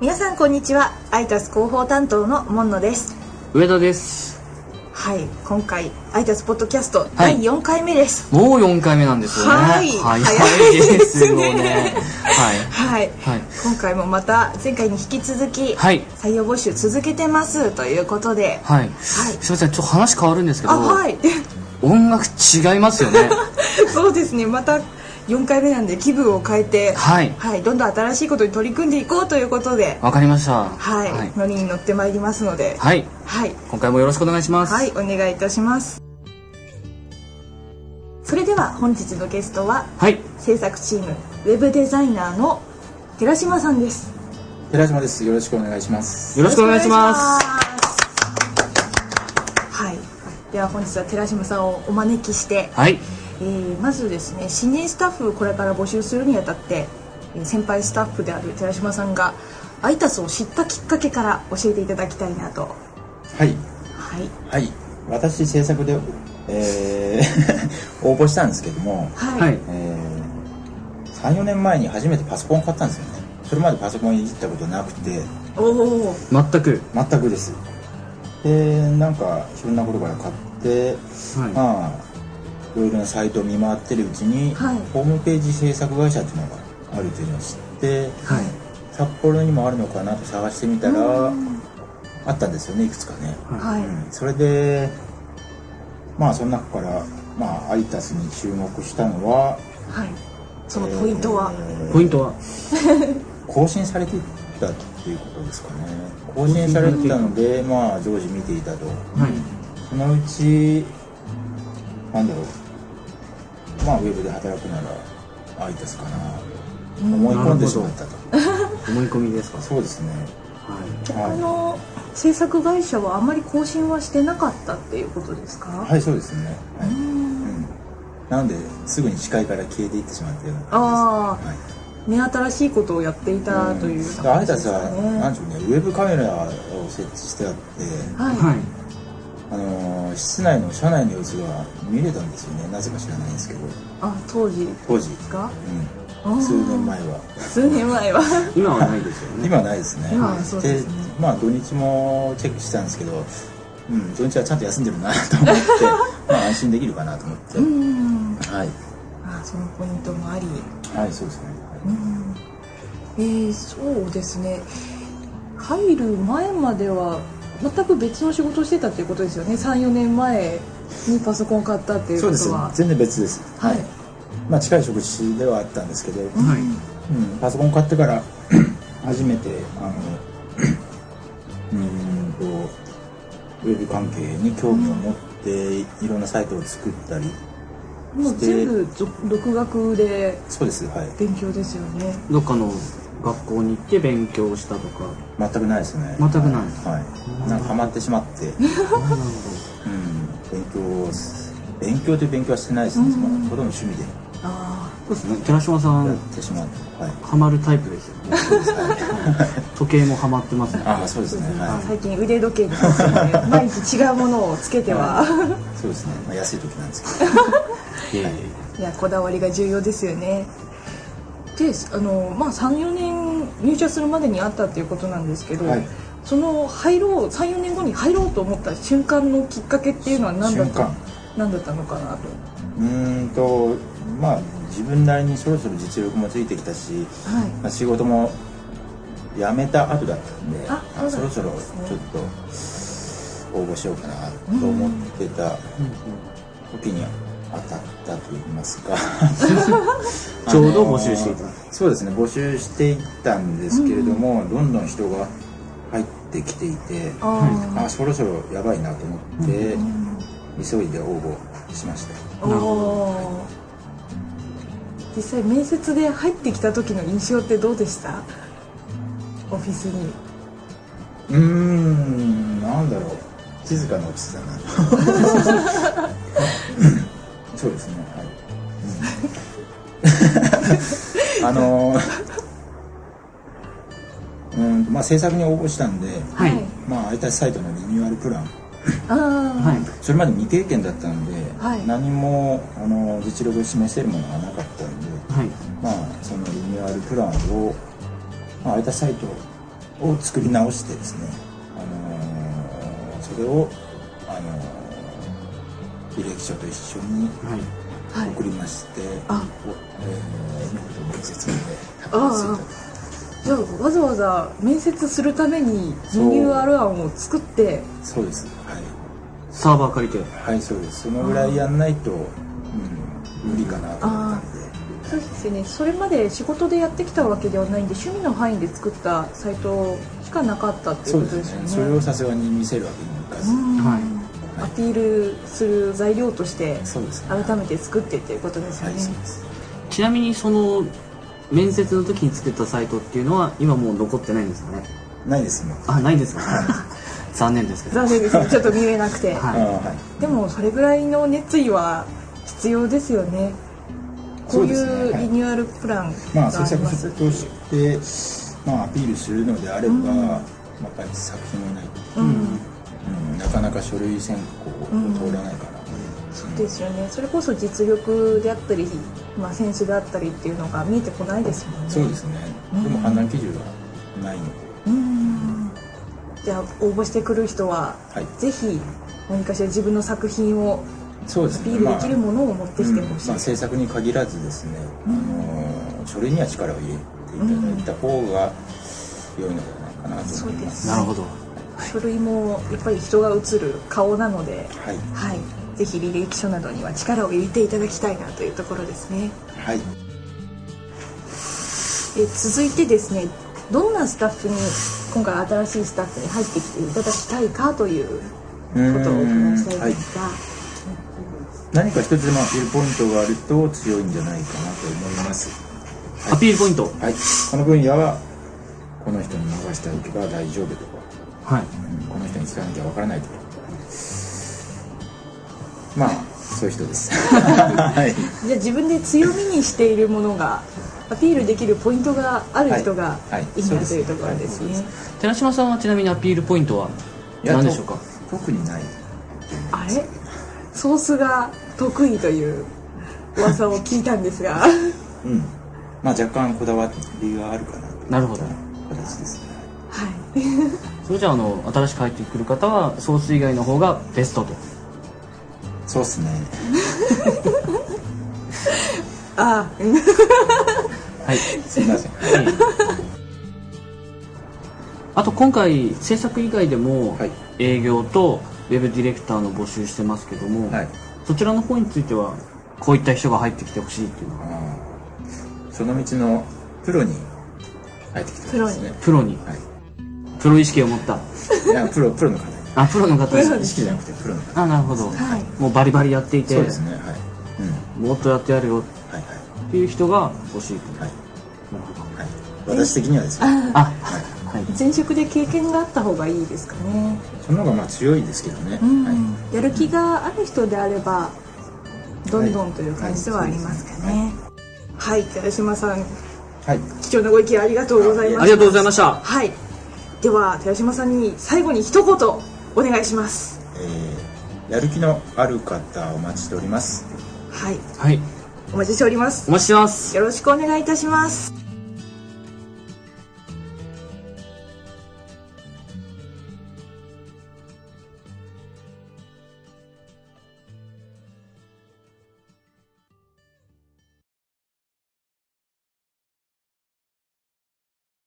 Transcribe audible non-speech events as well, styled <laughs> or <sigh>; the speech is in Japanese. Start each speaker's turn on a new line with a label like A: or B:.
A: 皆さんこんにちはアイタス広報担当の門野です
B: 上田です
A: はい今回アイタスポッドキャスト第4回目です
B: もう4回目なんですよね
A: はい
B: 早いですよね
A: 早いですね
B: は
A: はい、
B: はい
A: 今回もまた前回に引き続き、
B: はい
A: 採用募集続けてますということで
B: い、はい、すいませんちょっと話変わるんですけど、
A: あはい <laughs>
B: 音楽違いますよね
A: そうですねまた4回目なんで気分を変えて
B: はい
A: はい、どんどん新しいことに取り組んでいこうということで
B: わかりました
A: はい、
B: はい、
A: 乗りに乗ってまいりますので
B: はい
A: はい
B: 今回もよろしくお願いします
A: はい、お願いいたします。それでは本日のゲストは
B: はい、
A: 制作チームウェブデザイナーの寺島さんです。
C: 寺島です。よろしくお願いします。
B: よろしくお願いします
A: よろしくお願いします。はい、では本日は寺島さんをお招きして、
B: はい
A: えーまずですね新人スタッフをこれから募集するにあたってえー先輩スタッフである寺島さんがアイタスを知ったきっかけから教えていただきたいなと。
C: はい。
A: はい
C: はい。私、制作で、えー <laughs> 応募したんですけども、
A: はい、
B: はい
C: えー、3、4年前に初めてパソコンを買ったんですよね。それまでパソコンいじったことなくて、
A: おお
B: 全く
C: 全くです。で、なんか、いろんなことから買って、
B: はい
C: まあ、いろいろなサイトを見回ってるうちに、
A: はい
C: ホームページ制作会社っていうのがあるというのを知って、
B: はい
C: 札幌にもあるのかなと探してみたら、あったんですよね、いくつかね。
A: はい、
C: うんそれでまあその中から、まあ、アイタスに注目したのは
A: はい、そのポイントは、
C: え
B: ポイントは
C: ー更新されていたっていうことですかね更新されてたのでまあ常時見ていたと
B: はい
C: そのうちなんだろうまあウェブで働くならアイタスかなと思い込んでしまったと
B: 思い込みですか
C: そうですね
B: は
A: あ
C: は
A: の制作会社はあまり更新はしてなかったっていうことですか、
C: い、はい、そうですね、はいう
A: ーん
C: うんなのですぐに視界から消えていってしまったような感じです、はい
A: 目新しいことをやっていたというような
C: ア
A: 感じ
C: イタ
A: で
C: ス
A: すか
C: は、
A: ね
C: なんていうかね、ウェブカメラを設置してあって、
A: はいい、
B: はい
C: あのー室内の車内の様子が見れたんですよね、なぜか知らないんですけど、
A: あ当時で
C: 当時、
A: すかあ
C: うん、
A: ー
C: 数年前は。
A: 数年前は
B: 今はないですよね
C: 今はないですね。
A: 今はそうですね
C: まあ、土日もチェックしてたんですけど、うん、土日はちゃんと休んでるなと思って、
A: <laughs>
C: まあ、安心できるかなと思って、
A: うーん
C: はい、
A: あそのポイントもあり
C: はい、そうですね。
A: うーんえー、そうですね入る前までは全く別の仕事をしてたっていうことですよね34年前にパソコンを買ったっていう
C: そう
A: こ
C: です
A: とは
C: 全然別です。
A: はい
C: まあ、近い職種ではあったんですけど、
B: はい
C: うん、パソコン買ってから <clears throat> 初めてあの <clears throat> うーんとウェブ関係に興味を持っていろんなサイトを作ったり
A: もう全部ぞ独学で
C: そうですはい
A: 勉強ですよね
B: どっかの学校に行って勉強したとか
C: 全くないですね
B: 全くない
C: はいなんかハマってしま <laughs> って、うん、勉強をす勉強という勉強はしてないですね、
A: うん
C: まあほとんど趣味で
A: あ
B: そうですね寺島さ
C: や
B: ん
C: ってしまって、はい
B: ハマるタイプですよね時計もハマってますね
C: ああそうですね
A: あ
C: は
A: 最近腕時計に関してもね毎日違うものをつけては
C: いそうですね、まあ、安い時なんですけど
B: いえい
A: <laughs>
B: え
A: いやこだわりが重要ですよねであの、まあ、34年入社するまでにあったっていうことなんですけど、
C: はい
A: その入ろう34年後に入ろうと思った瞬間のきっかけっていうのは何だっ
C: 瞬
A: た
C: 間
A: 何だったのかなと
C: うーんとまあ自分なりにそろそろ実力もついてきたし、
A: はい
C: まあ、仕事も辞めた後だったんで
A: あ
C: あ
A: そ
C: そ
A: だ
C: うろ
A: った
C: そ
A: ん
C: ろ
A: ですね
C: ちょっと応募しようかなと思ってた時に当たったと言いますか <laughs>
B: ちょうど募集していた
C: あのーそうですね募集していったんですけれども、どんどん人が入ってきていて
A: あー
C: あそろそろやばいなと思って、急いで応募しました
A: おお実際面接で入ってきた時の印象ってどうでしたオフィスに
C: うーん、なんだろう。静かな落ち着だな。 <laughs> そうですね。はい。うん <laughs> あのー。うん、まあ、制作に応募したんで。
B: はい
C: まあ、相対サイトのリニューアルプラン。
A: ああ
B: はい
C: それまで未経験だったんで、
A: はい
C: 何も、あの、実力を示せるものがなかったんで。
B: はい
C: まあ、そのリニューアルプランを、まあ、空いたサイトを作り直してですね、あのーそれを、あのー履歴書と一緒に
B: は
A: は
B: い
A: い
C: 送りまして、
A: あ
C: おえー見事面接まで
A: あじゃあわざわざ面接するために
C: そう
A: URL 案を作って
C: そうですはい
B: サーバー借りて
C: はいそうですそのぐらいやんないと、うん、無理かなと思ったんで
A: そうですねそれまで仕事でやってきたわけではないんで趣味の範囲で作ったサイトしかなかったっていう
C: そう
A: こ
C: で
A: とです
C: す
A: よ
C: ね
A: ね
C: それをさすがに見せるわけにもいかず、
A: うん
B: は
A: アピールする材料として
C: そうですね
A: 改めて作ってっていうことですよ
C: はい
A: ね、
C: そうです
B: ちなみにその面接の時に作ったサイトっていうのは今もう残ってないんですよね
C: ないですもん
B: あないん <laughs> ですか残念ですけど
A: 残念ですねちょっと見れなくて、
B: はい
C: あーはい
A: でもそれぐらいの熱意は必要ですよねこうい
C: そうです
A: う
C: ねはい
A: リニューアルプラン
C: まあ、
A: があり
C: 制
A: ま
C: 作
A: す
C: 者として、まあ、アピールするのであれば、
A: うん
C: やっぱり作品がないと、
A: うん
C: うんなかなか書類選考を通らないから、
A: そうですよねそれこそ実力であったり、まあ、選手であったりっていうのが見えてこないですもんね
C: そうですね、
A: うん
C: でも判断基準はないので、
A: うんじゃあ応募してくる人は
C: はい、
A: ぜひ何かしら自分の作品を
C: そうで
A: ア
C: す
A: ピ
C: ね、
A: ールできるものを持ってきて
C: うんま
A: ほ
C: あ
A: しい、
C: 制作に限らずですね、
A: うん
C: あのー書類には力を入れていただいた方が良いのではないかなと思います。
A: そうです
B: なるほど
A: 書類もやっぱり人が映る顔なので
C: はい、
A: はいぜひ履歴書などには力を入れていただきたいなというところですね
C: は
A: え
C: い、
A: 続いてですねどんなスタッフに今回新しいスタッフに入ってきていただきたいかということをお伺いしたいん
C: はい
A: ですが、
C: 何か一つでもアピールポイントがあると強いんじゃないかなと思います。
B: アピールポイント
C: はい、この分野はこの人に任せておけば大丈夫とか、
B: はい
C: うんこの人に使わなきゃわからないとかまあそういう人です <laughs> はい
A: じゃあ自分で強みにしているものがアピールできるポイントがある人が
C: はい
A: いい
C: そう
A: な
C: で
A: と
C: す
A: いうところですね
C: はいそう。
B: 寺島さんはちなみにアピールポイントはい
C: や
B: 何でしょうか
C: と特にない
A: あれソースが得意という噂を聞いたんですが
C: うんまあ若干こだわりがあるかなという
B: なるほど
C: 形ですね
A: はい
B: それじゃああの新しく入ってくる方はソース以外の方がベストと
C: そうっすね
A: ああ
B: はい
C: すいま <laughs> せんは
B: あと今回制作以外でも
C: はい
B: 営業とウェブディレクターの募集してますけども、
C: い
B: そちらの方についてはこういった人が入ってきてほしいっていうの
C: あ
B: は
C: ーその道のプロに入ってきてますね
B: プロに
C: は
B: プロ意識を持った
C: いいやプロプロの方
B: あプロの方
A: プロ
C: 意識じゃなくてプロの方
B: あなるほど、
A: はい
B: もうバリバリやっていて
C: そうですねはいうん
B: もっとやってやるよ
C: はい
B: っていう人が欲しいと
C: はいはい
B: なるほど
C: はい、私的にはですね、はい、
B: あはい
A: 前職で経験があった方がいいですかね、
C: その方がまあ強いですけどね、
A: うん
C: はい、
A: やる気がある人であればどんどんという感じではありますかねはい、寺島さん
C: はい、
A: 貴重なご意見ありがとうございました
B: ありがとうございました
A: はい。では寺島さんに最後に一言お願いします。
C: えーやる気のある方お待ちしております
A: はい。
B: はい
A: お待ちしております。
B: お待ちしてます
A: よろしくお願いいたします。